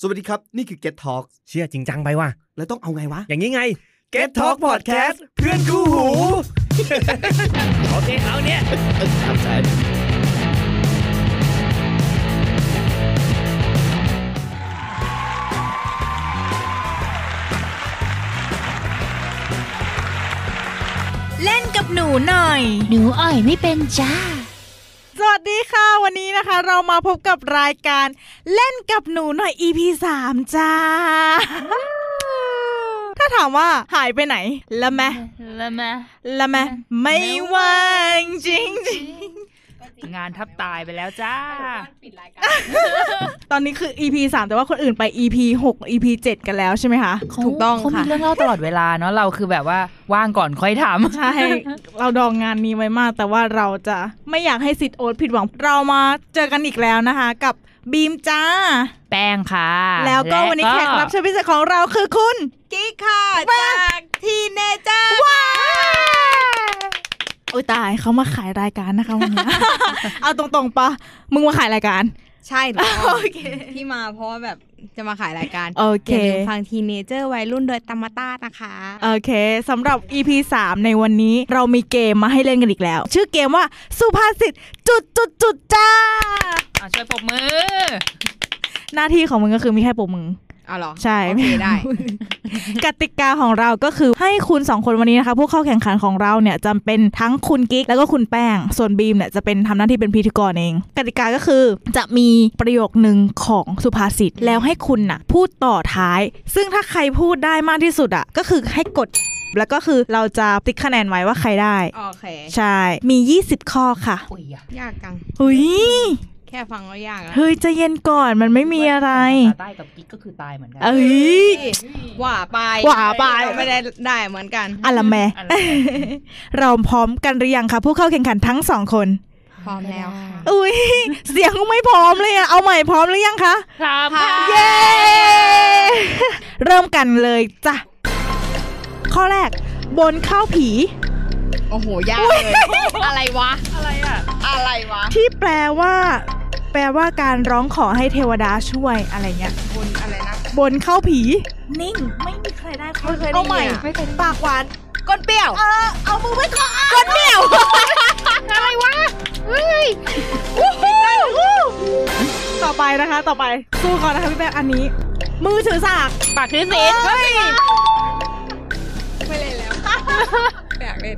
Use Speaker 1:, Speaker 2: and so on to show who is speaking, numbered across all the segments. Speaker 1: สวัสดีครับ นี่คือ Get Talk
Speaker 2: เชื่อจริงจังไปว่ะ
Speaker 1: แล้วต้องเอาไงวะ
Speaker 2: อย่างนี้ไง Get Talk Podcast เพื่อนคู่หู โอเคเอาเนี่ย
Speaker 3: เล่นกับหนูหน่อย
Speaker 4: หนูอ่อยไม่เป็นจ้า
Speaker 3: สวัสดีค่ะ วันนี้นะคะ เรามาพบกับรายการเล่นกับหนูหน่อย EP 3จ้า ถ้าถามว่าหายไปไหน ละแม
Speaker 4: แล้วมา
Speaker 3: ละแมไม่ว่างจริง
Speaker 5: งานทับตายไปแล้วจ้า
Speaker 3: ๆ ตอนนี้คือ EP 3 แต่ว่าคนอื่นไป EP 6 EP 7 กันแล้วใช่ไหมคะ ถูกต้อง
Speaker 5: เขามี
Speaker 3: ค่ะ
Speaker 5: เรื่องเล่าตลอดเวลาเนาะเราคือแบบว่าว่างก่อนค่อยท
Speaker 3: ใช่ เราดองงานนี้ไว้มาก แต่ว่าเราจะไม่อยากให้สิทธิ์โอ๊ตผิดหวัง เรามาเจอกันอีกแล้วนะคะ กับบีมจ้า
Speaker 5: ำแป้งค่ะ
Speaker 3: แล้วก็วันนี้แขกรับเชิญพิเศษของเราคือคุณกิ๊กค่ะจากทีเนเจอร์ว้าโอ้ยตายเขามาขายรายการนะคะวันนี้ เอาตรงๆปะมึงมาขายรายการ
Speaker 6: ใช่ถูกต้อง
Speaker 3: โอเค
Speaker 6: ที่มาเพราะว่าแบบจะมาขายรายการ
Speaker 3: โอเค
Speaker 6: ย่าลืมฟังทีเนเจอร์วัยรุ่นโดยตามาต้านะคะ
Speaker 3: โอเคสำหรับ EP 3 ในวันนี้เรามีเกมมาให้เล่นกันอีกแล้ว ชื่อเกมว่าสุภาษิตจุดจุดจุดจ้า
Speaker 5: อ่ะช่วยปรบมือ
Speaker 3: หน้าที่ของมึงก็คือมีแค่ปมมึง
Speaker 6: เอาเหรอ
Speaker 3: ใช่
Speaker 6: โอเค ได้
Speaker 3: กติกาของเราก็คือให้คุณ 2 คนวันนี้นะคะผู้เข้าแข่งขันของเราเนี่ยจำเป็นทั้งคุณกิ๊กแล้วก็คุณแป้ง ส่วนบีมเนี่ยจะเป็นทำหน้าที่เป็นพิธีกรเอง กติกาก็คือจะมีประโยคหนึ่งของสุภาษิตแล้วให้คุณน่ะพูดต่อท้าย ซึ่งถ้าใครพูดได้มากที่สุดอ่ะก็คือให้กด แล้วก็คือเราจะติ๊กคะแนนไว้ว่าใครได้
Speaker 6: โอเค
Speaker 3: ใช่ มี 20 ข้อค่ะ
Speaker 5: อุ้ยอ่ะ
Speaker 6: ยากจัง
Speaker 3: หุย
Speaker 6: แค่ฟังก็ยากแล้ว
Speaker 3: เฮ้ยใจะเย็นก่อนมันไม่มีอะไร
Speaker 5: ใต้กับกิ๊กก็คือตายเหมือนกั
Speaker 3: เอ้ย
Speaker 6: ว่าไป
Speaker 3: หว่าไป
Speaker 6: ไม่ได้ได้เหมือนกัน
Speaker 3: อะละแม
Speaker 5: อะไรนะ
Speaker 3: เราพร้อมกันหรือยังคะผู้เข้าแข่งขันทั้งสองคน
Speaker 6: พร้อมแล้วค่ะ
Speaker 3: อุ้ย เสียงไม่พร้อมเลยอะเอาใหม่พร้อมหรือยังคะ
Speaker 5: ถามค่ะ
Speaker 3: เย้ เริ่มกันเลยจ้ะ ข้อแรก บนข้าวผี
Speaker 6: โอ้โหยากเลยอะไรวะ
Speaker 5: อะไรอ่ะ
Speaker 6: อะไรวะ
Speaker 3: ที่แปลว่า แปลว่าการร้องขอให้เทวดาช่วยอะไรเงี้ย
Speaker 6: บุญอะไรนะ
Speaker 3: บนข้าวผี นิ่ง ไม่มีใครได้ข้อเลยเอาใหม่ปากหวาน
Speaker 6: ก้นเปรี้ยว
Speaker 3: เออเอามือไว้ก่อน
Speaker 6: ก้นเปรี้ยว
Speaker 5: อะไรวะ
Speaker 3: ต่อไปนะคะ ต่อไปสู้ก่อนนะคะพี่แป๊บอันนี้ มือถือสาก
Speaker 5: ปากถือศีล
Speaker 3: เฮ้ย
Speaker 6: ไม่เล่น แล้วอยากเล่น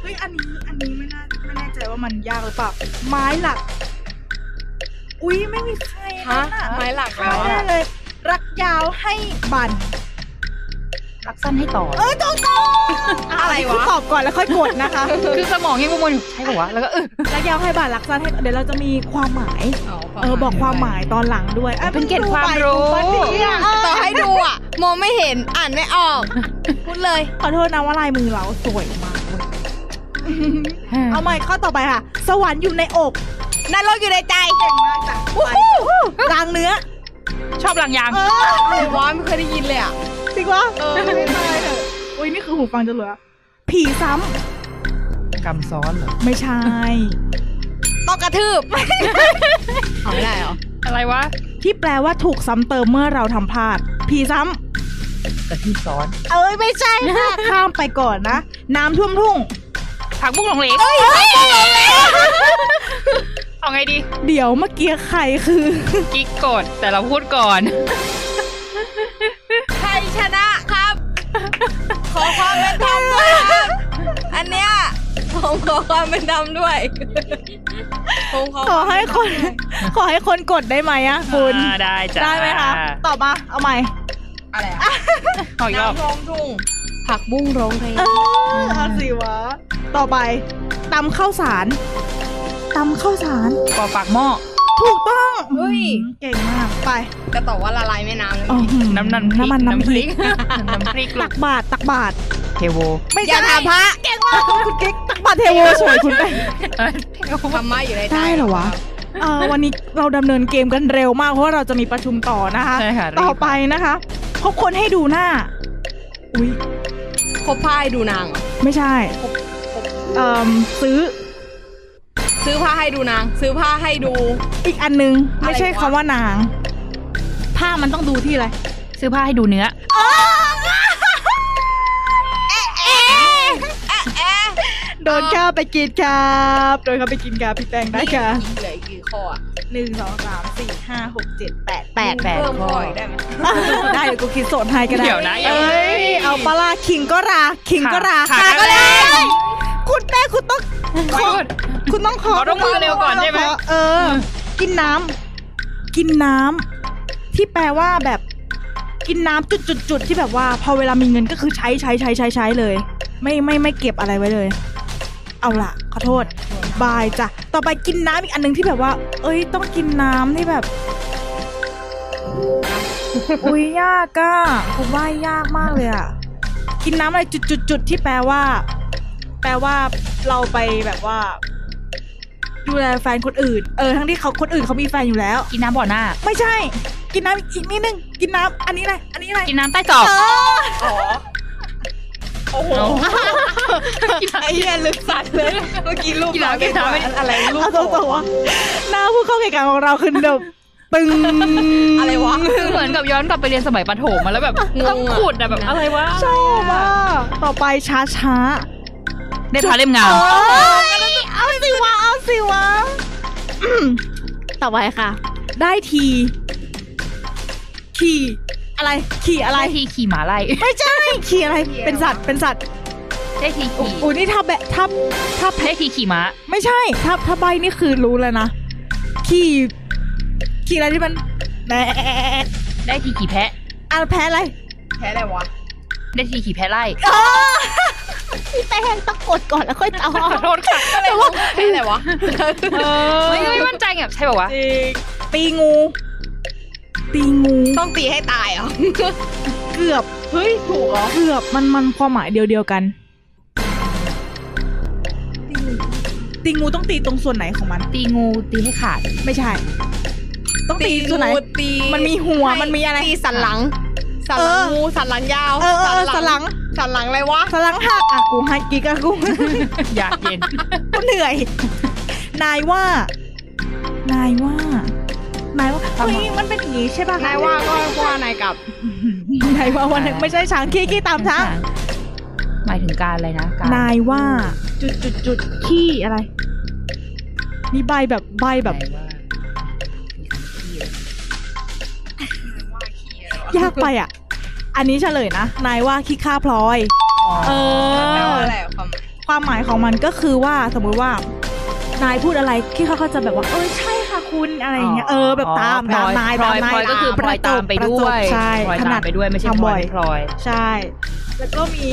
Speaker 3: เฮ้ย อันนี้ อันนี้ไม่น่า ไม่แน่ใจว่ามันยากหรือเปล่า ไม้หลัก อุ๊ย ไม่มีใคร
Speaker 6: ฮะ
Speaker 3: นั่นน่ะ
Speaker 6: ไม้หลัก
Speaker 3: เข้า
Speaker 6: แล้ว
Speaker 3: ไม่ได้
Speaker 6: อะ
Speaker 3: เลย รักยาวให้บัน
Speaker 5: รักสั้นให้ต่อ
Speaker 3: เออตรงต
Speaker 6: อะไร
Speaker 3: คุณ
Speaker 6: วะ
Speaker 3: ตอบก่อนแล้วค่อยกดนะคะ
Speaker 5: คือสมองยังประมวลอยู่ใช่ป่าวะแล้วก็เออ
Speaker 3: รักยาวให้บันรักสั้นให้ เดี๋ยวเราจะมีความหมาย เออ บอกความหมายตอนหลังด้วยอ้ย
Speaker 5: เป็นเกณ
Speaker 3: ดู
Speaker 5: ฑ์
Speaker 3: ไป
Speaker 5: ความรู้
Speaker 3: ดูไปดิอะเอ
Speaker 6: ต่อ
Speaker 3: อ
Speaker 6: ให้ดูอ่ะมองไม่เห็นอ่านไม่อ อกพูดเลย
Speaker 3: ขอโทษนะว่าลายมือเราสวยมากเว้ย เอาใหม่ข้อต่อไปค่ะ สวรรค์อยู่ในอก
Speaker 6: นรกอยู่ในใจเก่งมากจ้ะ
Speaker 3: วู้ฮู้รางเนื้อ
Speaker 5: ชอบหลังยาง
Speaker 3: เออ
Speaker 6: วะไม่เคยได้ยินเลยอ่ะ
Speaker 3: จริงวะ
Speaker 6: เออไม่เคยเลย
Speaker 3: อุ้ยนี่คือหูฟังจะเหลือ ผีซ้
Speaker 5: กำซ้อนเหรอ
Speaker 3: ำไม่ใช่
Speaker 6: ต้องกระทืบเอาไม่ได้เหรอ
Speaker 5: อะไรวะ
Speaker 3: ที่แปลว่าถูกซ้ำเติมเมื่อเราทำพลาด ผีซ้
Speaker 5: กระทืบซ้อน
Speaker 3: ำ เอ้ยไม่ใช่ ค่ะ ข้ามไปก่อนนะ น้ำท่วมทุ่ง
Speaker 5: ผักบุ้งหลงเหลงเอาไงดี
Speaker 3: เดี๋ยวเมื่อกี้ใครคือ
Speaker 5: กิ๊กกดแต่เราพูดก่อน
Speaker 6: ใครชนะครับ ขอความเป็นธรรมด้วยครับอันเนี้ยผมขอความเป็นธรรมด้วยผมขอ
Speaker 3: ขอให้คน ขอให้คนกดได้ไหมอะคุณ
Speaker 5: อ่าได้จ้า
Speaker 3: ได้ไหมคะ ตอบมา เอาใหม่
Speaker 6: อะไรอ่ะ
Speaker 5: ขออีกรอบ
Speaker 6: น้ำร้องทุ่งผักบุ้งร้องเพลง
Speaker 3: เออเอาสิวะ ต่อไปตำข้าวสารตำข้าวสาร
Speaker 5: ปอปากหม้อ
Speaker 3: ถูกต้อง
Speaker 6: เฮ้ย
Speaker 3: เก่งมาก ไป
Speaker 6: จะตอบว่าละลายแม่น้ำเลย
Speaker 5: น้ำน้ำ
Speaker 3: น้ำมันน้ำพริก
Speaker 5: น้ำพริกลู
Speaker 3: ตั
Speaker 5: ก
Speaker 3: กบาทตักบาท
Speaker 5: เทโว
Speaker 3: ไม่
Speaker 6: อย่า
Speaker 3: ใช่
Speaker 6: ถามพระ
Speaker 3: คุณเก๊กตักบาทเทโวสวยคุณไป
Speaker 6: ธรรมะอยู่ในใจ
Speaker 3: ได้เหรอวะ เออวันนี้เราดำเนินเกมกันเร็วมากเพราะว่าเราจะมีประชุมต่อนะคะ
Speaker 5: ใช่ค่ะ
Speaker 3: ต่อไปนะคะพบคนให้ดูหน้า อุ้ย
Speaker 6: คบพายดูนางเหรอ
Speaker 3: ไม่ใช่ เอ่อซื้อ
Speaker 6: ซื้อผ้าให้ดูนาง ซื้อผ้าให้ดู
Speaker 3: อีกอันนึง ไม่ใช่
Speaker 6: อะไร
Speaker 3: คำ
Speaker 6: วะ
Speaker 3: ว่านาง ผ้า มันต้องดูที่อะไร
Speaker 5: ซื้อผ้าให้ดูเนื้อ
Speaker 6: เอ๊ะ
Speaker 3: โดนข้าวไปกินครับโดนข้าวไปกินครับพี่แตงได้ค่ะ
Speaker 6: มีเหลืออีกกี่ข้ออะ
Speaker 3: หนึ่งสองสามสี่ห้าหกเจ็ดแปด
Speaker 5: แปดแปด
Speaker 6: เพิ่ม
Speaker 5: ข้อ
Speaker 6: ข้ออีกได้ไหม
Speaker 3: ได้เดี๋ยวกูคิดโสดให้ก็ได้
Speaker 5: เดี๋ยวนะอย่า
Speaker 3: เอ้ยเอาปะลาคิงก็ราคิงก็รา
Speaker 5: ค่ะ
Speaker 3: ค่ะ
Speaker 5: ค่ะ
Speaker 3: ก็ได้คุณแม่คุณต้องขอคุณต้องขอ
Speaker 5: ขอต้องมือเร็วก่อนใช่ไหม
Speaker 3: ขเออ กินน้ำกินน้ำที่แปลว่าแบบกินน้ำจุดๆๆที่แบบว่า พอเวลามีเงินก็คือใช้ใช้ใช้ใช้ใช้เลย ไม่ไม่ไม่เก็บอะไรไว้เลย เอาล่ะ ขอโทษ บายจ้ะ ต่อไปกินน้ำอีกอันหนึงที่แบบว่า เอ้ย ต้องกินน้ำที่แบบ อุ้ยยากอะผมว่ายากมากเลยอะกินน้ำอะไรจุดๆๆที่แปลว่า แปลว่าเราไปแบบว่า ดูแลแฟนคนอื่น เออ ทั้งที่เขาคนอื่นเขามีแฟนอยู่แล้ว
Speaker 5: กินน้ำบ่อหน้า
Speaker 3: ไม่ใช่ กินน้ำอีกนิดนึง กินน้ำอันนี้อะไรอันนี้อะไร
Speaker 5: กินน้ำใต้จอก
Speaker 3: เออ
Speaker 5: โอ้โห
Speaker 3: ไอ้เหี้ยลึกสัตว์เลย
Speaker 6: เมื่อกี้ลูก
Speaker 5: กีฬา
Speaker 6: เรา
Speaker 5: กีฬา
Speaker 6: เป็นอะไรลูก
Speaker 3: เอาตรงๆว่าหน้าผู้เข้าแข่งขันของเราคือเดบ ปึง
Speaker 6: อะไรวะ
Speaker 5: คือเหมือนกับย้อนกลับไปเรียนสมัยประถมมาแล้วแบบ
Speaker 6: งงอะ
Speaker 5: ต้องขุดอะแบบอะไรวะ
Speaker 3: ชอบอ่ะต่อไปช้าช้า
Speaker 5: ได้พาเล่มงาม
Speaker 3: ๆยเอาสิวะเอาสิวะอืมต่อไปค่ะ ได้ที ขี่ อะไร ขี่อะไร
Speaker 5: ได้ทีขี่หมาไล่
Speaker 3: ไม่ใช่ ขี่อะไร เป็นสัตว์ เป็นสัตว์
Speaker 5: ได้ที
Speaker 3: โอ้
Speaker 5: ขี่
Speaker 3: โหนี่ถ้าแบะถ้าถ้าแพะ
Speaker 5: ได้ทีขี่ม้า
Speaker 3: ไม่ใช่ ถ้าถ้าใบนี่คือรู้แล้วนะ ขี่ ขี่อะไรที่มันแหม
Speaker 5: ได้ทีขี่แพะ
Speaker 3: อ่ะแพ้อะไร
Speaker 6: แพ้อะไรวะ
Speaker 5: ได้ทีขี่แพะไล่
Speaker 3: พี่แป้งต้องกดก่อนแล้วค่อยตอบ
Speaker 5: ขอโทษค่ะ
Speaker 6: อะไรวะแพ้อะไร วะ
Speaker 5: ไม่ไม่มั่นใจไงใช่ป่าวะ
Speaker 3: ตีงู ตีงู
Speaker 6: ต้องตีให้ตายเหรอ
Speaker 3: เกือบ เฮ้ย ถูกเหรอ เกือบ มันมันความหมายเดียวเดียวกัน ตีงูต้องตีตรงส่วนไหนของมัน
Speaker 5: ตีงูตีให้ขาด
Speaker 3: ไม่ใช่ ต้องตีส่วนไหน
Speaker 6: งูตี
Speaker 3: มันมีหัวมันมีอะไร
Speaker 6: ตีสันหลัง สันหลั
Speaker 3: เอง อ
Speaker 6: งูสันหลังยาว
Speaker 3: เออเออสลัง
Speaker 6: สันหลังอะไรวะ
Speaker 3: สลังหักอ่ะกูให้กิกอ่ะกู
Speaker 5: อยากเย็น
Speaker 3: ก็เหนื่อย นายว่า นายว่า นายว่าเฮ้ยมันเป็นอย่างนี้ใช่ป่ะ
Speaker 6: นายว่าก็ว่านายกลับ
Speaker 3: นายว่าวันไหนไม่ใช่ช้างขี้ขี้ตามช้าง
Speaker 5: หมายถึงการอะไรนะ การ
Speaker 3: นายว่า จุดจุดจุดขี้อะไร นี่ใบแบบใบแบบ
Speaker 5: นายว่ามีคำที่
Speaker 3: ยากไปอ่ะ อันนี้เฉลยนะ นายว่าขี้ข้าพลอย เอ
Speaker 6: แป
Speaker 3: อ
Speaker 6: ลว่าอะไรอะความหมาย
Speaker 3: ความหมายของมันก็คือว่าสมมุติว่า นายพูดอะไรที่เขาก็จะแบบว่า เออใช่ค่ะคุณอะไรอย่างเงี้ยเออแบบตาม
Speaker 5: อ๋
Speaker 3: ตา
Speaker 5: อ
Speaker 3: มนาย
Speaker 5: พล
Speaker 3: ตาม
Speaker 5: อย
Speaker 3: นาย
Speaker 5: พลอยก็คือพลอยตามไป
Speaker 3: ประจบ
Speaker 5: ด้วย
Speaker 3: ใช่
Speaker 5: พลอย
Speaker 3: ข
Speaker 5: ตา
Speaker 3: นา
Speaker 5: ม
Speaker 3: ด
Speaker 5: ไปด้วยไม่ใช่
Speaker 3: ทำ
Speaker 5: พล
Speaker 3: บ่
Speaker 5: อ
Speaker 3: อย ย
Speaker 5: พลอย
Speaker 3: ใช่ แล้วก็มี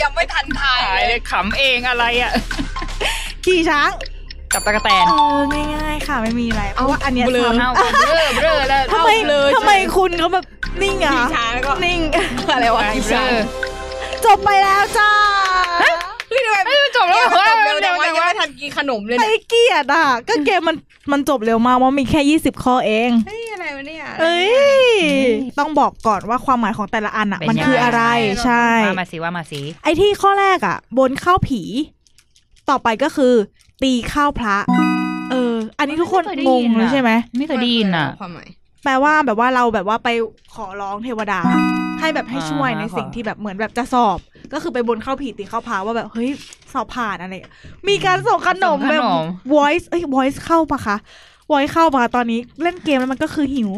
Speaker 6: ยังไม่ทันทาย
Speaker 5: ตาย
Speaker 6: เลย
Speaker 5: เลยขำเองอะไรอ่ะ
Speaker 3: ขี่ช้าง
Speaker 5: กับตะกะแตน
Speaker 3: เออ ง่าย ๆ ค่ะ ไม่มีอะไร เพราะว่าอันเนี้ย
Speaker 5: เบลอ
Speaker 3: ซ้ำ
Speaker 5: เน่าเบลอเบลอแล้ว
Speaker 3: ทำไม
Speaker 6: เอาเลย
Speaker 3: ทำไมคุณเขาแบบนิ่งอ่ะ
Speaker 6: ขี่ช้างแล้วก็
Speaker 3: นิ่ง
Speaker 6: อะไรวะ
Speaker 5: เบ
Speaker 6: ขี่
Speaker 5: ล
Speaker 6: ช้า
Speaker 5: อ
Speaker 3: จบไปแล้วจ้า
Speaker 6: เฮ้ยทำไม
Speaker 5: เอ้ยมันจบแล้ว
Speaker 6: เนี่ย
Speaker 5: เหรอ
Speaker 6: มันจบ
Speaker 5: เร็
Speaker 6: เร็ว
Speaker 5: ว
Speaker 6: แต่
Speaker 5: แต่
Speaker 6: ว่า
Speaker 5: ว่า
Speaker 6: ยังไม่ทันกินขนมเลย
Speaker 3: ไอ้
Speaker 6: เนี่ย
Speaker 3: เกียดอ่ะ ก็เกมมันมันจบเร็วมากว่าะมีแค่ 20 ข้อเอง
Speaker 6: เฮ้ยอะไรวะเนี่ย
Speaker 3: เอ้ย ต้องบอกก่อนว่าความหมายของแต่ละอันอ่ะ
Speaker 5: เป็น
Speaker 3: มัน
Speaker 5: ยังไง
Speaker 3: คืออะไร ใช่
Speaker 5: ว่ามาสิว่ามาสิ
Speaker 3: ไอ้ที่ข้อแรกอ่ะ บนข้าวผี ต่อไปก็คือ ตีข้าวพระ เออ อันนี้ทุกคนงงเลยใช่ไหม
Speaker 5: ไม่เคยได้ยินอ่ะ
Speaker 6: ความหมาย
Speaker 3: แปลว่าแบบว่าเราแบบว่าไปขอร้องเทวดา ให้แบบให้ช่วย
Speaker 5: อ่า
Speaker 3: ใน
Speaker 5: ขอ
Speaker 3: สิ่งที่แบบเหมือนแบบจะสอบ ก็คือไปบนเข้าผีตีเข้าพาว่าแบบเฮ้ยสอบผ่านอะไรอย่างเงี้ยมีการส่งขนมแบบ voice เอ้ย voice เข้าปะคะ voice เข้าปะคะตอนนี้เล่นเกมแล้วมันก็คือหิว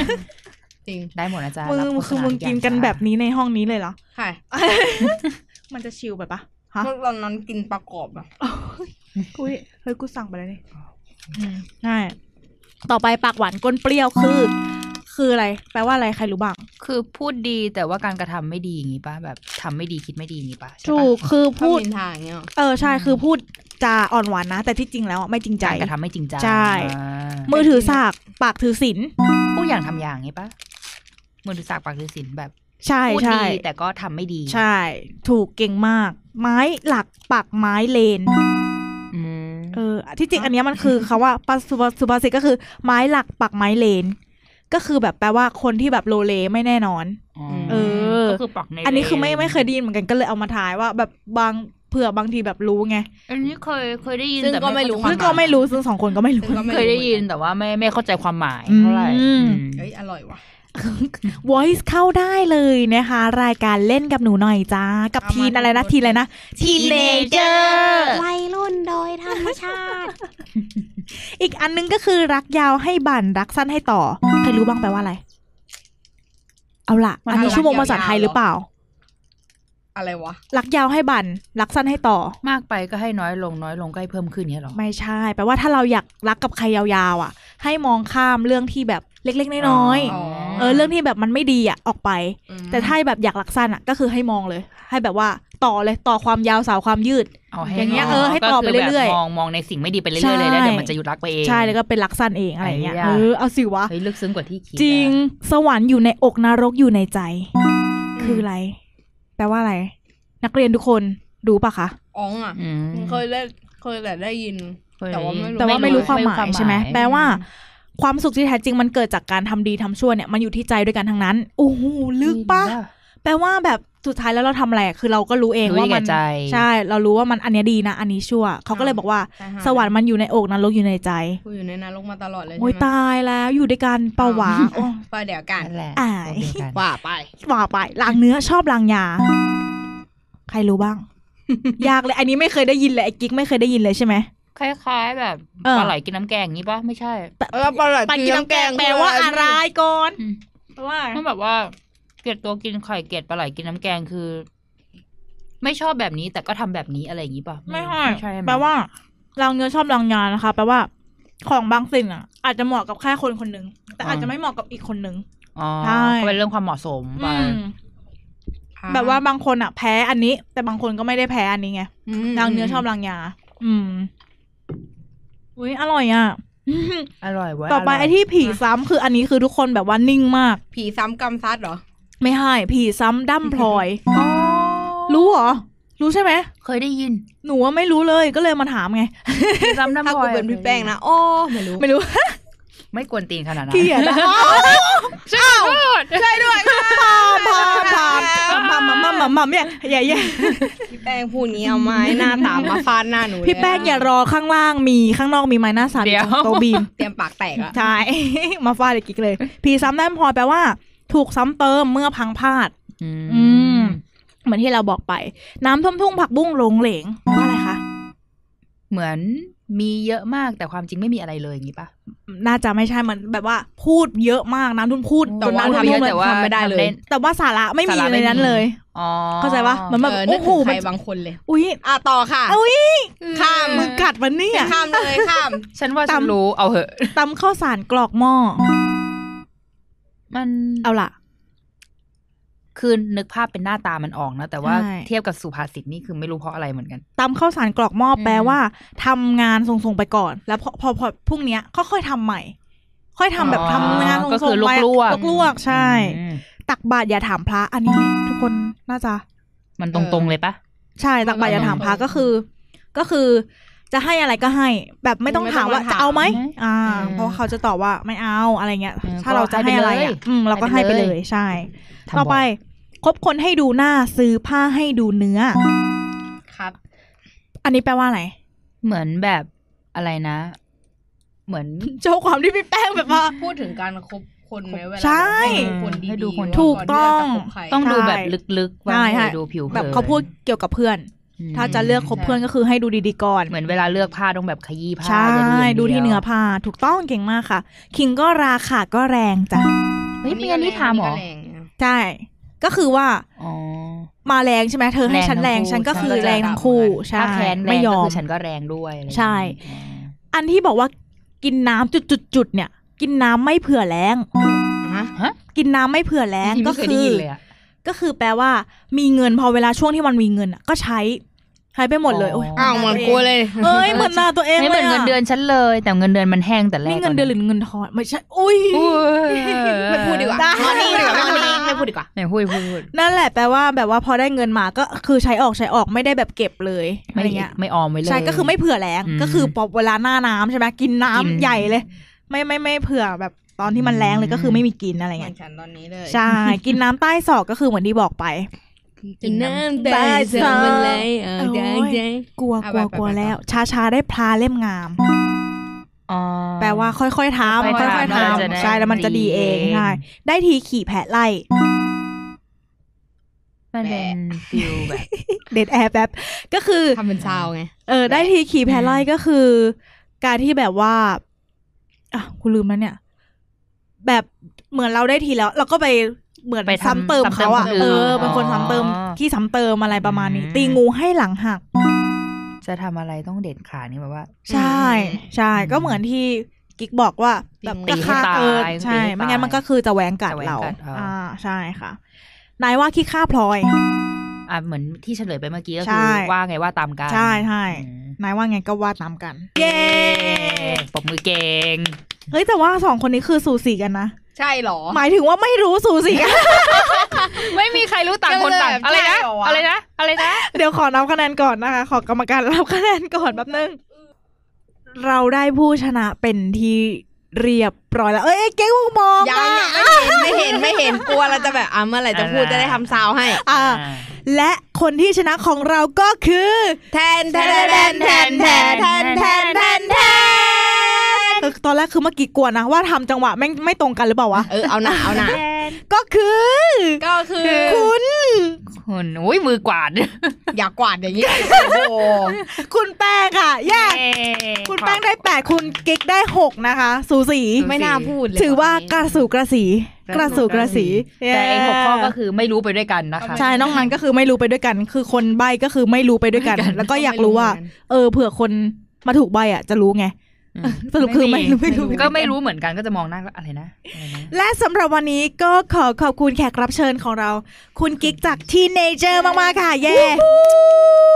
Speaker 6: จริง
Speaker 5: ได้หมดนะจ๊ะ
Speaker 3: มึง
Speaker 5: รับโฆษณา
Speaker 3: คือมึงกินกันแบบนี้ในห้องนี้เลยเหรอ
Speaker 6: ใช่
Speaker 3: มันจะชิลไปปะฮะ
Speaker 6: เมื่อตอนนั้นกินประกอบอะ
Speaker 3: กูนี่เฮ้ยกูสั่งไปแล้วนี่ใช่ต่อไปปากหวานก้นเปรี้ยวคือ คืออะไร แปลว่าอะไรใครรู้บ้าง
Speaker 5: คือพูดดีแต่ว่าการกระทำไม่ดีอย่างงี้ป่ะแบบทำไม่ดีคิดไม่ดีอย่างงี้ป่ะใช่
Speaker 3: ถู
Speaker 5: ปะ
Speaker 3: กคือ
Speaker 6: พู
Speaker 3: พู
Speaker 6: ด
Speaker 3: ด
Speaker 6: ทางเงี้ยหรอ
Speaker 3: เออใช่คือพูดจาอ่อนหวานนะ แต่ที่จริงแล้วอะไม่จริงใจ
Speaker 5: การกระทำไม่จริงใจ
Speaker 3: ใช่
Speaker 5: อ่า
Speaker 3: มือถือสากปากถือศีล
Speaker 5: พูดอย่างทำอย่างงี้ป่ะมือถือสากปากถือศีลแบบ
Speaker 3: ใช่
Speaker 5: พูด
Speaker 3: ใช่
Speaker 5: ดีแต่ก็ทำไม่ดี
Speaker 3: ใช่ ถูกเก่งมาก ไม้หลักปักไม้เลน
Speaker 5: อืม
Speaker 3: เออที่จริงอันเนี้ยมัน คือคาว่าปะสุภาสุภาษิตก็คือไม้หลักปักไม้เลน ก็คือแบบแปลว่าคนที่แบบโลเลไม่แน่นอน
Speaker 5: อ๋อ
Speaker 3: เออ
Speaker 5: ก็คือปลอกใน
Speaker 3: อันนี้คือไม่
Speaker 5: เลน
Speaker 3: ไม่เคยได้ยินเหมือนกันก็เลยเอามาทายว่า แบบบาง เผื่อบางทีแบบรู้ไง
Speaker 5: อันนี้เคยเคยได้ยิน
Speaker 6: ซึ่ง
Speaker 5: แต่
Speaker 6: ก็ไม่รู้
Speaker 5: เข้า
Speaker 3: ซึ่ง
Speaker 5: ใจค
Speaker 3: ก็
Speaker 5: วาหาย
Speaker 3: ไม่รู้ซึ่งสองคนก็ไม่รู้
Speaker 6: ซึ่งก็ไม่
Speaker 5: เคยได้ยินแต่ว่าไม่ไม่เข้าใจความหมาย
Speaker 3: อืม
Speaker 5: เท่าไหร่อืม
Speaker 6: เอ้ยอร่อยว่ะ
Speaker 3: voice เข้าได้เลยนะคะ รายการเล่นกับหนูหน่อยจ้า กับ
Speaker 6: เอามา
Speaker 3: ทีนอะไรนะ
Speaker 6: ดู
Speaker 3: ทีนอะไรนะทีนเนเจอ
Speaker 5: Teenager
Speaker 3: ร์
Speaker 7: วัยรุ่นโดยธรรมชาติ
Speaker 3: อีกอันนึงก็คือรักยาวให้บันรักสั้นให้ต่อ ใครรู้บ้างแปลว่าอะไร เอาล่ะ
Speaker 5: มัน
Speaker 3: อันนี้ชั่วโมงภาษาไทยหรือเปล่า
Speaker 6: อะไรวะ
Speaker 3: รักยาวให้บันรักสั้นให้ต่อ
Speaker 5: มากไปก็ให้น้อยลงน้อยลงก็ให้เพิ่มขึ้นเงี้ยเหรอ
Speaker 3: ไม่ใช่แปลว่าถ้าเราอยากรักกับใครยาวๆอ่ะ ให้มองข้ามเรื่องที่แบบเล็กๆน้อย
Speaker 6: อ๋อ
Speaker 3: ๆเออเรื่องที่แบบมันไม่ดีอ่ะออกไป
Speaker 6: อืม
Speaker 3: แต่ถ้าแบบอยากรักสั้นอ่ะก็คือให้มองเลย ให้แบบว่าต่อเลยต่อความยาวสาวความยืด
Speaker 5: เอาให้
Speaker 3: อย่างเงี้ย
Speaker 5: ม
Speaker 3: เออให้ต่อไป
Speaker 5: ก็คืแบบ
Speaker 3: เรื่อยๆ
Speaker 5: มองมองในสิ่งไม่ดีไปเรื่อยๆเลยแล้
Speaker 3: ใช่
Speaker 5: วเดี๋ยวมันจะหยุดรักไปเอง
Speaker 3: ใช่แล้วก็เป็นรักสั้นเองอะไรอย่างเงี้ย
Speaker 5: ไอ้
Speaker 3: เอย
Speaker 5: ะ
Speaker 3: อเอาสิวะ
Speaker 5: เฮ้ยลึกซึ้งกว่าที่คิดอะ
Speaker 3: จริงสวรรค์อยู่ในอกนรกอยู่ในใจ คืออะไร แปลว่าอะไร นักเรียนทุกคนรู้ปะคะ
Speaker 6: อ๋องอ่ะ
Speaker 5: อืม
Speaker 6: เคยได้เคยแต่ได้ยิน แต่ว่าไม่รู้
Speaker 3: แต่ว่าไม่รู้ความหมายใช่ไหมแปลว่า ความสุขที่แท้จริงมันเกิดจากการทำดีทำชั่วเนี่ยมันอยู่ที่ใจด้วยกันทั้งนั้น โอ้โหลึกปะ แปลว่าแบบสุดท้ายแล้วเราทำอะไรอะคือเราก็รู้เอง
Speaker 5: รู้
Speaker 3: ว่า
Speaker 5: แก่
Speaker 3: มัน
Speaker 5: ใจ
Speaker 3: ใช่ เรารู้ว่ามันอันเนี้ยดีนะ อันนี้ชั่ว เขาก็เลยบอกว่า
Speaker 6: ใช่ฮะ
Speaker 3: สวรรค์มันอยู่ในอกนรกอยู่ในใจ
Speaker 6: กูอยู่ในนรกมาตลอดเลย
Speaker 3: โอ้ย
Speaker 6: ใช่ไหม
Speaker 3: ตายแล้วอยู่ด้วยกันเปล่าวะโอ้ย
Speaker 6: ไปเดี๋ยวกัน
Speaker 5: นั่นแหละ
Speaker 3: อ่า
Speaker 5: ตัวเดียวกัน
Speaker 6: ว่าไป
Speaker 3: ว่าไปลางเนื้อชอบลางยา ใครรู้บ้ าง ยากเลยอันนี้ไม่เคยได้ยินเลยไอ้กิ๊กไม่เคยได้ยินเลยใช่ไหม
Speaker 5: คล้ายๆ แบบ
Speaker 3: เออ
Speaker 5: ปลาไหลกินน้ำแกงอย่างนี้ปะไม่ใช่
Speaker 6: แล้วปลาไหล
Speaker 3: ปลากินน้ำแกงแปลว่าอะไรก่อน
Speaker 5: อืม
Speaker 3: แปลว่า
Speaker 5: มันแบบว่า เกลียดตัวกินไข่เกลียดปลาไหลกินน้ำแกงคือ ไม่ชอบแบบนี้แต่ก็ทำแบบนี้อะไรอย่างนี้ปะ
Speaker 3: ไม่ใช่
Speaker 5: ใช่ไหม
Speaker 3: แปลว่าลางเนื้อชอบลางยานะคะ แปลว่า ของบางสิ่งอ่ะ อาจจะเหมาะกับแค่คนคนหนึ่งแต่อาจจะไม่เหมาะกับอีกคนหนึ่ง
Speaker 5: อ๋อ
Speaker 3: ใช่
Speaker 5: ก็เป็นเรื่องความเหมาะสมไป
Speaker 3: อืมแบบว่าบางคนอ่ะ แพ้อันนี้ แต่บางคนก็ไม่ได้แพ้อันนี้ไงลางเนื้อชอบลางยา อืมอุ้ยอร่อยอ่ะ
Speaker 5: อร่อยเว้ย
Speaker 3: ต่อไป
Speaker 5: ร่ย
Speaker 3: ไอ้ที่ผีซ้ำคืออันนี้คือทุกคนแบบว่านิ่งมาก
Speaker 6: ผีซ้ำกำซัดเหรอ
Speaker 3: ไม่ให้ผีซ้ำดั้มพลอย
Speaker 5: อ๋อ
Speaker 3: รู้เหรอ รู้ใช่ไหม
Speaker 5: เคยได้ยิน
Speaker 3: หนูว่าไม่รู้เลยก็เลยมาถามไง
Speaker 5: จำน้ำ
Speaker 6: ถ้า
Speaker 5: พลอ
Speaker 6: กู
Speaker 5: ย
Speaker 6: เป็นพี่แป้งนะ โอ้ ไม่รู้
Speaker 3: ไม่รู้
Speaker 5: ไม่กวนตีนขนาดนั้น
Speaker 3: เกลียดอะ
Speaker 6: ช่วยด้วยค่ะ
Speaker 3: พามพามพามมัมมัมมัมมัมเนี่ยอย่าอย่า
Speaker 6: พี่แป้งพูดนี้เอาไม้หน้าตามมาฟาดหน้าหนูเลย
Speaker 3: พี่แป้งอย่ารอข้างล่างมีข้างนอกมีไม้หน้าสาม
Speaker 5: เดี๋ยว
Speaker 3: โตะบีม
Speaker 6: เตรียมปากแตกอะ
Speaker 3: ใช่ มาฟาดไอ้กิ๊กเลย ผีซ้ำดั้มพลอยแปลว่า ถูกซ้ำเติมเมื่อพังพลาด
Speaker 5: อื
Speaker 3: อืม เหมือนที่เราบอกไป น้ำท่วมทุ่งผักบุ้งหลงเหลงเพราะอะไรคะ
Speaker 5: เหมือนมีเยอะมากแต่ความจริงไม่มีอะไรเลยอย่างนี้ปะ
Speaker 3: น่าจะไม่ใช่มันแบบว่าพูดเยอะมากน้ำท่วมพูด
Speaker 6: แต่
Speaker 3: จน
Speaker 6: ว่า
Speaker 3: น้ำท่วม
Speaker 6: ทำ
Speaker 3: ท่วม
Speaker 6: แต่
Speaker 3: เล
Speaker 6: ว่า
Speaker 3: ย
Speaker 6: ทำไม่ได้เลย
Speaker 3: แต่ว่าสาระไม่มีอยู่ในนั้นเลย
Speaker 5: อ๋อ
Speaker 3: เข้าใจปะมันแบบ
Speaker 6: เออนึก
Speaker 3: โอ้โห
Speaker 6: ถึงใคร
Speaker 3: มัน
Speaker 6: บางคนเลย
Speaker 3: อุ้ย
Speaker 6: อ่ะต่อค่ะ
Speaker 3: อุ้ย
Speaker 6: ข้าม
Speaker 3: มึงกัดวันเนี่ย
Speaker 6: ข้ามเลยข้าม
Speaker 5: ฉันว่าฉันรู้เอาเหอะ
Speaker 3: ตำข้าวสารกรอกหม้อ
Speaker 5: มัน
Speaker 3: เอาล่ะ
Speaker 5: คือนึกภาพเป็นหน้าตามันออกนะ แต่ว่า
Speaker 3: ใช่
Speaker 5: เทียบกับสุภาษิตนี่คือไม่รู้เพราะอะไรเหมือนกัน
Speaker 3: ตำข้าวสารกรอกหม้ออ
Speaker 5: ม
Speaker 3: แปลว่าทำงานส่งๆไปก่อน แล้วพอพอพอพรุ่งเนี้ยค่อยๆทำใหม่ ค่อยทำแบบทำงานส่
Speaker 5: ก็คื
Speaker 3: ง
Speaker 5: อ
Speaker 3: ๆ
Speaker 5: ลว
Speaker 3: ไป
Speaker 5: กลวก
Speaker 3: ลวกๆใช่
Speaker 5: อืม
Speaker 3: ตักบาตรอย่าถามพระอันนี้ ทุกคนน่าจะ
Speaker 5: มันตรงๆเลยปะ
Speaker 3: ใช่ตักบาตรอย่าถามพระก็คือ ก็คือ จะให้อะไรก็ให้ แบบไม่ต้อง
Speaker 6: ไม่ต้อง
Speaker 3: ถามว่า
Speaker 6: มาถาม
Speaker 3: จะเอาไหมอ่า
Speaker 5: อืม
Speaker 3: เพราะว่าเขาจะตอบว่าไม่เอาอะไรเงี้ย
Speaker 5: อืม
Speaker 3: ถ้าเราจะ
Speaker 5: ก็ให้
Speaker 3: ให้อะไร
Speaker 5: ไปเลย
Speaker 3: อ่ะอืมเราก็ให้ไป
Speaker 5: ให้ไป
Speaker 3: เล
Speaker 5: เลย
Speaker 3: ยใช่
Speaker 5: ทำ
Speaker 3: ต่อไป
Speaker 5: บ่ย
Speaker 3: คบคนให้ดูหน้าซื้อผ้าให้ดูเนื้อ
Speaker 6: ครับ
Speaker 3: อันนี้แปลว่าอะไร
Speaker 5: เหมือนแบบอะไรนะ เหมือน
Speaker 3: โชว์ความที่พี่แป้งแบบว่า
Speaker 6: พูดถึงการคบคนไหมเวลา
Speaker 3: ใช่
Speaker 6: เราดูคนดีๆ
Speaker 5: ให้ดูคน
Speaker 6: ว่า
Speaker 3: ถูกต้อง
Speaker 6: นที่เราจะคบใคร
Speaker 5: ต้องดู
Speaker 3: ใช่
Speaker 5: แบบลึกๆว่า
Speaker 3: ใช่ใช่
Speaker 5: ไม่ดูผิวผิน
Speaker 3: แบบเขาพูดเกี่ยวกับเพื่อน
Speaker 5: อืม
Speaker 3: ถ้าจะเลือกคบเพื่อนก็คือให้ดูดีๆก่อน
Speaker 5: เหมือนเวลาเลือกผ้าต้องแบบขยี้ผ้า
Speaker 3: ใช่
Speaker 5: อย่าอย่าง
Speaker 3: ดูที่เนื้อ
Speaker 5: ยว
Speaker 3: ผ้าถูกต้องเก่งมากค่ะ คิงก็ราคาก็แรงจ้ะ
Speaker 5: เฮ้ยมีอันนี้ถามเหรอ
Speaker 6: แงนะ
Speaker 3: ใช่ก็คือว่า
Speaker 5: อ๋อ
Speaker 3: มาแรงใช่ไหมเธอให้ฉันแรง
Speaker 5: ทั้
Speaker 3: ฉันก็คือ
Speaker 5: ฉั
Speaker 3: แรงทั้งคู่ใช่
Speaker 5: ถ้าแค้นแรง
Speaker 3: ไม่ยอม
Speaker 5: ก็คือฉันก็แรงด้วยอะไรอย่าง
Speaker 3: ใช่
Speaker 5: งี้อ่า
Speaker 3: อันที่บอกว่ากินน้ำจุดๆๆเนี่ย กินน้ำไม่เผื่อแรงกินน้ำไม่เผื่อแรง
Speaker 5: ที่
Speaker 3: ก็
Speaker 5: ไม่เคย
Speaker 3: คื
Speaker 5: ได้
Speaker 3: อ
Speaker 5: ยินเลยอะ
Speaker 3: ก็คือแปลว่า มีเงินพอเวลาช่วงที่มันมีเงินอะก็ใช้ใช้ไปหมดเลยโย
Speaker 5: อ้าว
Speaker 3: ตัวงเอ้ยเหมือนหน้าตัวเอง
Speaker 5: ไม่เห
Speaker 3: เล
Speaker 5: มือย นเงินเดื
Speaker 3: อะ
Speaker 5: อนฉันเลย แต่เงินเดือนมันแห้งแต่แรก
Speaker 3: มีเงินเดือนหรือเงินทอนไม่ใช่อุ้ย
Speaker 5: โอ้ย
Speaker 6: ไม่พูดดีกว่า
Speaker 3: ได้
Speaker 6: มอร์นิ่งดีกว่ามอร์นิ่งไม่พูดดีกว่า
Speaker 5: ไหนพูดพูดพูด
Speaker 3: นั่นแหละแปลว่าแบบว่าพอได้เงินมาก็คือใช้ออกใช้ออกไม่ได้แบบเก็บเลยอะ
Speaker 5: ไม่
Speaker 3: ไรเงี้ย
Speaker 5: ไม่ออมไว้เลย
Speaker 3: ใช่ก็คือไม่เผื่อแรง
Speaker 5: อืม
Speaker 3: ก็คือพอเวลาหน้าน้ำใช่ไหมกินน้ำ
Speaker 5: กิน
Speaker 3: ใหญ่เลย ไม่ไม่ไม่เผื่อแบบตอนที่มันแรงเลย
Speaker 5: อืม
Speaker 3: ก็คือไม่มีกินอะไร
Speaker 6: เหมือ
Speaker 3: เงี้
Speaker 6: น
Speaker 3: ย
Speaker 6: ฉันตอนนี้เลย
Speaker 3: ใช่ กินน้ำใต้ศอกก็คือเหมือนที่บอกไป
Speaker 5: กินน้ำ
Speaker 3: บ่ายสองอะไรอ่ะได้
Speaker 6: ใจ
Speaker 3: กลัว
Speaker 6: เอา
Speaker 3: กลัว
Speaker 6: ไปไป
Speaker 3: กลัว
Speaker 6: ไป
Speaker 3: แล้ว ช้าช้าๆได้พลาเล่มงาม
Speaker 5: อ๋อ
Speaker 3: แปลว่าค่อยๆทำ
Speaker 5: ค่
Speaker 3: ค่
Speaker 5: อยๆ
Speaker 3: อยๆท
Speaker 5: ทำ
Speaker 3: ำใช่แล้วมันจะดีเอง
Speaker 5: ดีเอง
Speaker 3: ใช่ได้ทีขี่แผะไล่
Speaker 5: มันเป็นฟิลแบบ
Speaker 3: เด็ดแอร์แบบก็คือ
Speaker 6: ทำเป็นซาวไง
Speaker 3: เออได้ทีขี่แพะไล่ก็คือ การที่แบบว่าอ่ะกูลืมแล้วเนี่ย แบบเหมือนเราได้ทีแล้ว เราก็ไปเหมือน
Speaker 5: ไปทำ
Speaker 3: ซ้ำเติมเขาอะ
Speaker 5: ซ้ำเติม
Speaker 3: เออ
Speaker 5: คนอื่น
Speaker 3: เป็นคน
Speaker 5: อ๋อ
Speaker 3: ซ้ำเติมที่ซ้ำเติมอะไรประมาณนี้
Speaker 5: อืม
Speaker 3: ตีงูให้หลังหัก
Speaker 5: จะทำอะไรต้องเด็ดขาดนี่แบบว่า
Speaker 3: ใช่ ใช่ ก็เหมือนที่กิ๊กบอกว่าแบบ
Speaker 5: ตี
Speaker 3: กระ
Speaker 5: ให้
Speaker 3: ฆ่า
Speaker 5: ตาย
Speaker 3: เออ
Speaker 5: ตีให้
Speaker 3: ใช่
Speaker 5: ตาย
Speaker 3: ไม่งั้นมันก็คือจะแหวงกัด
Speaker 5: จะแหวง
Speaker 3: เรา
Speaker 5: กัดเอา
Speaker 3: อ่าใช่ค่ะ นายว่าคิดฆ่าพลอย
Speaker 5: อ่ะเหมือนที่เฉลยไปเมื่อกี้ก็
Speaker 3: ใช่
Speaker 5: คือว่าไงว่าตามกัน
Speaker 3: ใช่ใช่
Speaker 5: อืม
Speaker 3: นายว่าไงก็ว่าตามกัน
Speaker 5: เย้ปรบมือเก่ง
Speaker 3: เฮ้ยแต่ว่าสองคนนี้คือสูสีกันนะ
Speaker 6: ใช่เหรอ
Speaker 3: หมายถึงว่าไม่รู้สูสีกัน
Speaker 5: ไม่มีใครรู้ต่างคนต่าง
Speaker 6: ก็
Speaker 5: อะ
Speaker 6: เล
Speaker 5: ไร
Speaker 6: ยแบบใช่
Speaker 5: นะ
Speaker 6: เหรอวะ
Speaker 5: อะไรนะอะไรนะ
Speaker 3: เดี๋ยวขอนับคะแนนก่อนนะคะ ขอกรรมการรับคะแนนก่อนแป๊บนึง เราได้ผู้ชนะเป็นที่เรียบร้อยแล้ว เอ้ยเก๊กวงมอง
Speaker 6: ยัง
Speaker 3: อ่ะ
Speaker 6: ยังไม่เห็นไม่เห็นไม่เห็นกลัวเราจะแบบอ่ะเมื่อไหร่จะพูดจะได้ทำซาวให้
Speaker 3: อ่า และคนที่ชนะของเราก็คือ
Speaker 6: แทนแทนแทนแทนแทนแทนแทนแทนแทน
Speaker 3: เออตอนแรกคือเมื่อกี้กลัวนะว่าทำจังหวะแม่งไม่ตรงกันหรือเปล่าวะ
Speaker 6: เออเอาหนาเอาหนา
Speaker 3: ก็คือ
Speaker 6: ก็คือ
Speaker 3: คุณ
Speaker 5: คุณอุ้ยมือกวาด
Speaker 6: อย่ากวาดอย่างนี้โอ้โห
Speaker 3: คุณแป้งค่ะ แย่
Speaker 5: เย้
Speaker 3: คุณแป้งได้แปดคุณกิ๊กได้หกนะคะ สูสี
Speaker 6: ไม่น่าพูดเลย
Speaker 3: ถือว่ากระสูกระสี กระสูกระสี
Speaker 5: แต่ไอ้หกข้อก็
Speaker 3: เย้
Speaker 5: คือไม่รู้ไปด้วยกันนะคะ
Speaker 3: ใช่น้องนั้นก็คือไม่รู้ไปด้วยกัน คือคนใบก็คือไม่รู้ไปด้วยกัน
Speaker 5: ไม่รู้กัน
Speaker 3: แล้วก็อยากรู้ว่า เออเผื่อคนมาถูกใบอ่ะจะรู้ไง
Speaker 5: อืม
Speaker 3: สรุปคือไม่รู้ไม่รู้
Speaker 5: ก็ไม่รู้เหมือนกันก็จะมองหน้าก็อะไรนะอะไรนะ
Speaker 3: และสำหรับวันนี้ก็ขอขอบคุณแขกรับเชิญของเรา คุณกิ๊กจากทีเนเจอร์มาก ๆ ค่ะ เย้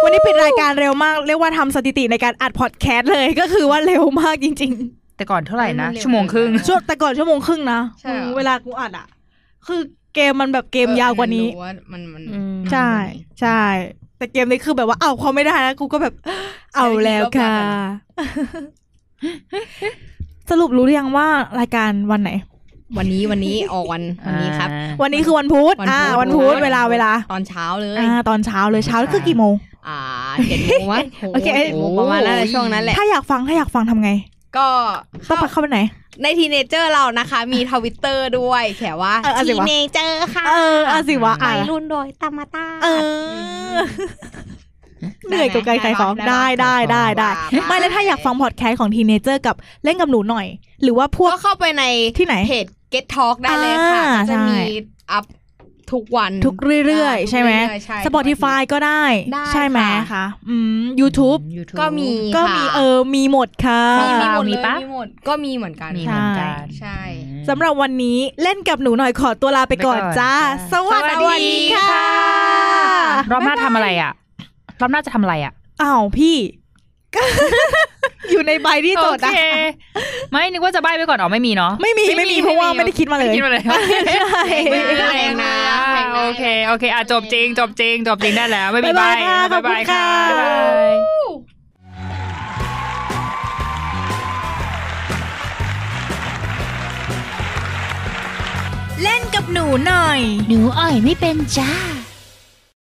Speaker 3: วันนี้ปิดรายการเร็วมาก เรียกว่าทำสถิติในการอัดพอดแคสต์เลยก็คือว่าเร็วมากจริง
Speaker 5: แต่ก่อนเท่าไหร่นะ
Speaker 6: มันเร็ว
Speaker 5: ชั่วโมงครึ่ง
Speaker 3: ๆ ช่วงแต่ก่อนชั่วโมงครึ่งนะ
Speaker 6: ใช่เหรอ
Speaker 3: เวลากูอัดอ่ะ คือเกมมันแบบเกมยาวกว่านี้
Speaker 6: รู้มันมัน
Speaker 3: ใช่ใช่ แต่เกมนี้คือแบบว่าเอาเขาไม่ได้นะกูก็แบบ เอาแล้วค่ะ สรุปรู้หรือยังว่ารายการวันไหน
Speaker 6: วันนี้วันนี้ ออกวันวันนี้ครับ
Speaker 3: วันนี้คือวันพุธ
Speaker 6: วันพุธ
Speaker 3: อ่าวันพุธเวลาเวลา
Speaker 6: ตอนเช้าเลย
Speaker 3: อ่าตอนเช้าเลยเช้า
Speaker 5: อ่า
Speaker 3: คือกี่โมง
Speaker 6: อ่าเจ็ดโมงวะ
Speaker 3: โอเค
Speaker 6: จ็ดโมงประมาณนั้นแหละช่วงนั้นแหละ
Speaker 3: ถ้าอยากฟังถ้าอยากฟังทำไง
Speaker 6: ก็
Speaker 3: ต้อง
Speaker 6: เข้า
Speaker 3: ไปเข้าไปไหน
Speaker 6: ในทีเนเจอร์เรานะคะ มีทวิตเตอร์ด้วยแขว่า
Speaker 3: เออเอาสิ
Speaker 7: ที
Speaker 3: วะ
Speaker 7: เนเจอร์ค่ะ
Speaker 3: เออเอาสิวะ
Speaker 7: วั
Speaker 3: อ่ะ
Speaker 7: ยรุ่นโดยตามาตา
Speaker 3: เออ เหนื่อยกับการขายของได้ได้ได้ได้
Speaker 6: ได้ได้
Speaker 3: ไม่แล้วถ้าอยากฟังพอดแคสต์ของทีเนเจอร์กับเล่นกับหนูหน่อย หรือว่าพวก
Speaker 6: ก็เข้าไปใน
Speaker 3: ที่ไหน
Speaker 6: เพจ Get Talk ได้เลยค่ะ
Speaker 3: อ่า
Speaker 6: ก็จะมี
Speaker 3: ใช่
Speaker 6: อัพทุกวัน
Speaker 3: ทุกเรื่อย
Speaker 6: าทุ
Speaker 3: ๆ
Speaker 6: ก
Speaker 3: ใช่ไหม
Speaker 6: เรื่อยๆใช่
Speaker 3: Spotify ก็ได้
Speaker 6: ได้
Speaker 3: ใช่ไหม
Speaker 6: ค่ะ
Speaker 3: คะอืม YouTube
Speaker 6: ก็มี
Speaker 3: ก็
Speaker 6: ค่ะ
Speaker 3: มีเออ มีหมดค่ะ
Speaker 6: มีหมด
Speaker 5: มี
Speaker 6: เลย
Speaker 5: ปะ
Speaker 6: มีหมดก็มีเหมือนกัน
Speaker 5: มี
Speaker 3: ใช่
Speaker 5: เหมือนกัน
Speaker 6: ใช่
Speaker 3: สำหรับวันนี้เล่นกับหนูหน่อยขอตัวลาไปก่อน
Speaker 5: ไปก่อน
Speaker 3: จ้า ส
Speaker 5: จ้า
Speaker 3: วัสดีค่ะ
Speaker 5: รอบหน้าทำอะไรอ่ะ รอบหน้าจะทำอะไรอ่ะ
Speaker 3: อ้าวพี่ อยู่ในใบที่โจทย์
Speaker 5: โอ
Speaker 3: นะ
Speaker 5: เคไม่นึกว่าจะใบ้ไปก่อนอ๋อไม่มีเนาะ
Speaker 3: ไม่มีไม่มีเพราะว่าไม่ได้คิดมาเลย
Speaker 5: คิดมาเลย
Speaker 3: ใช่
Speaker 6: ไม่มี
Speaker 5: แรงนะโอเคโอเคอ่ะจบจริง จบจริง จบจริงได้แล้ว ไม่มีใบ
Speaker 3: บ๊ายบายค่ะ
Speaker 5: บ๊าย
Speaker 3: ขอบคุณค่ะ
Speaker 5: บายค่ะบ๊ายบาย
Speaker 3: เล่นกับหนูหน่อย
Speaker 4: หนูอ่อยไม่เป็นจ้า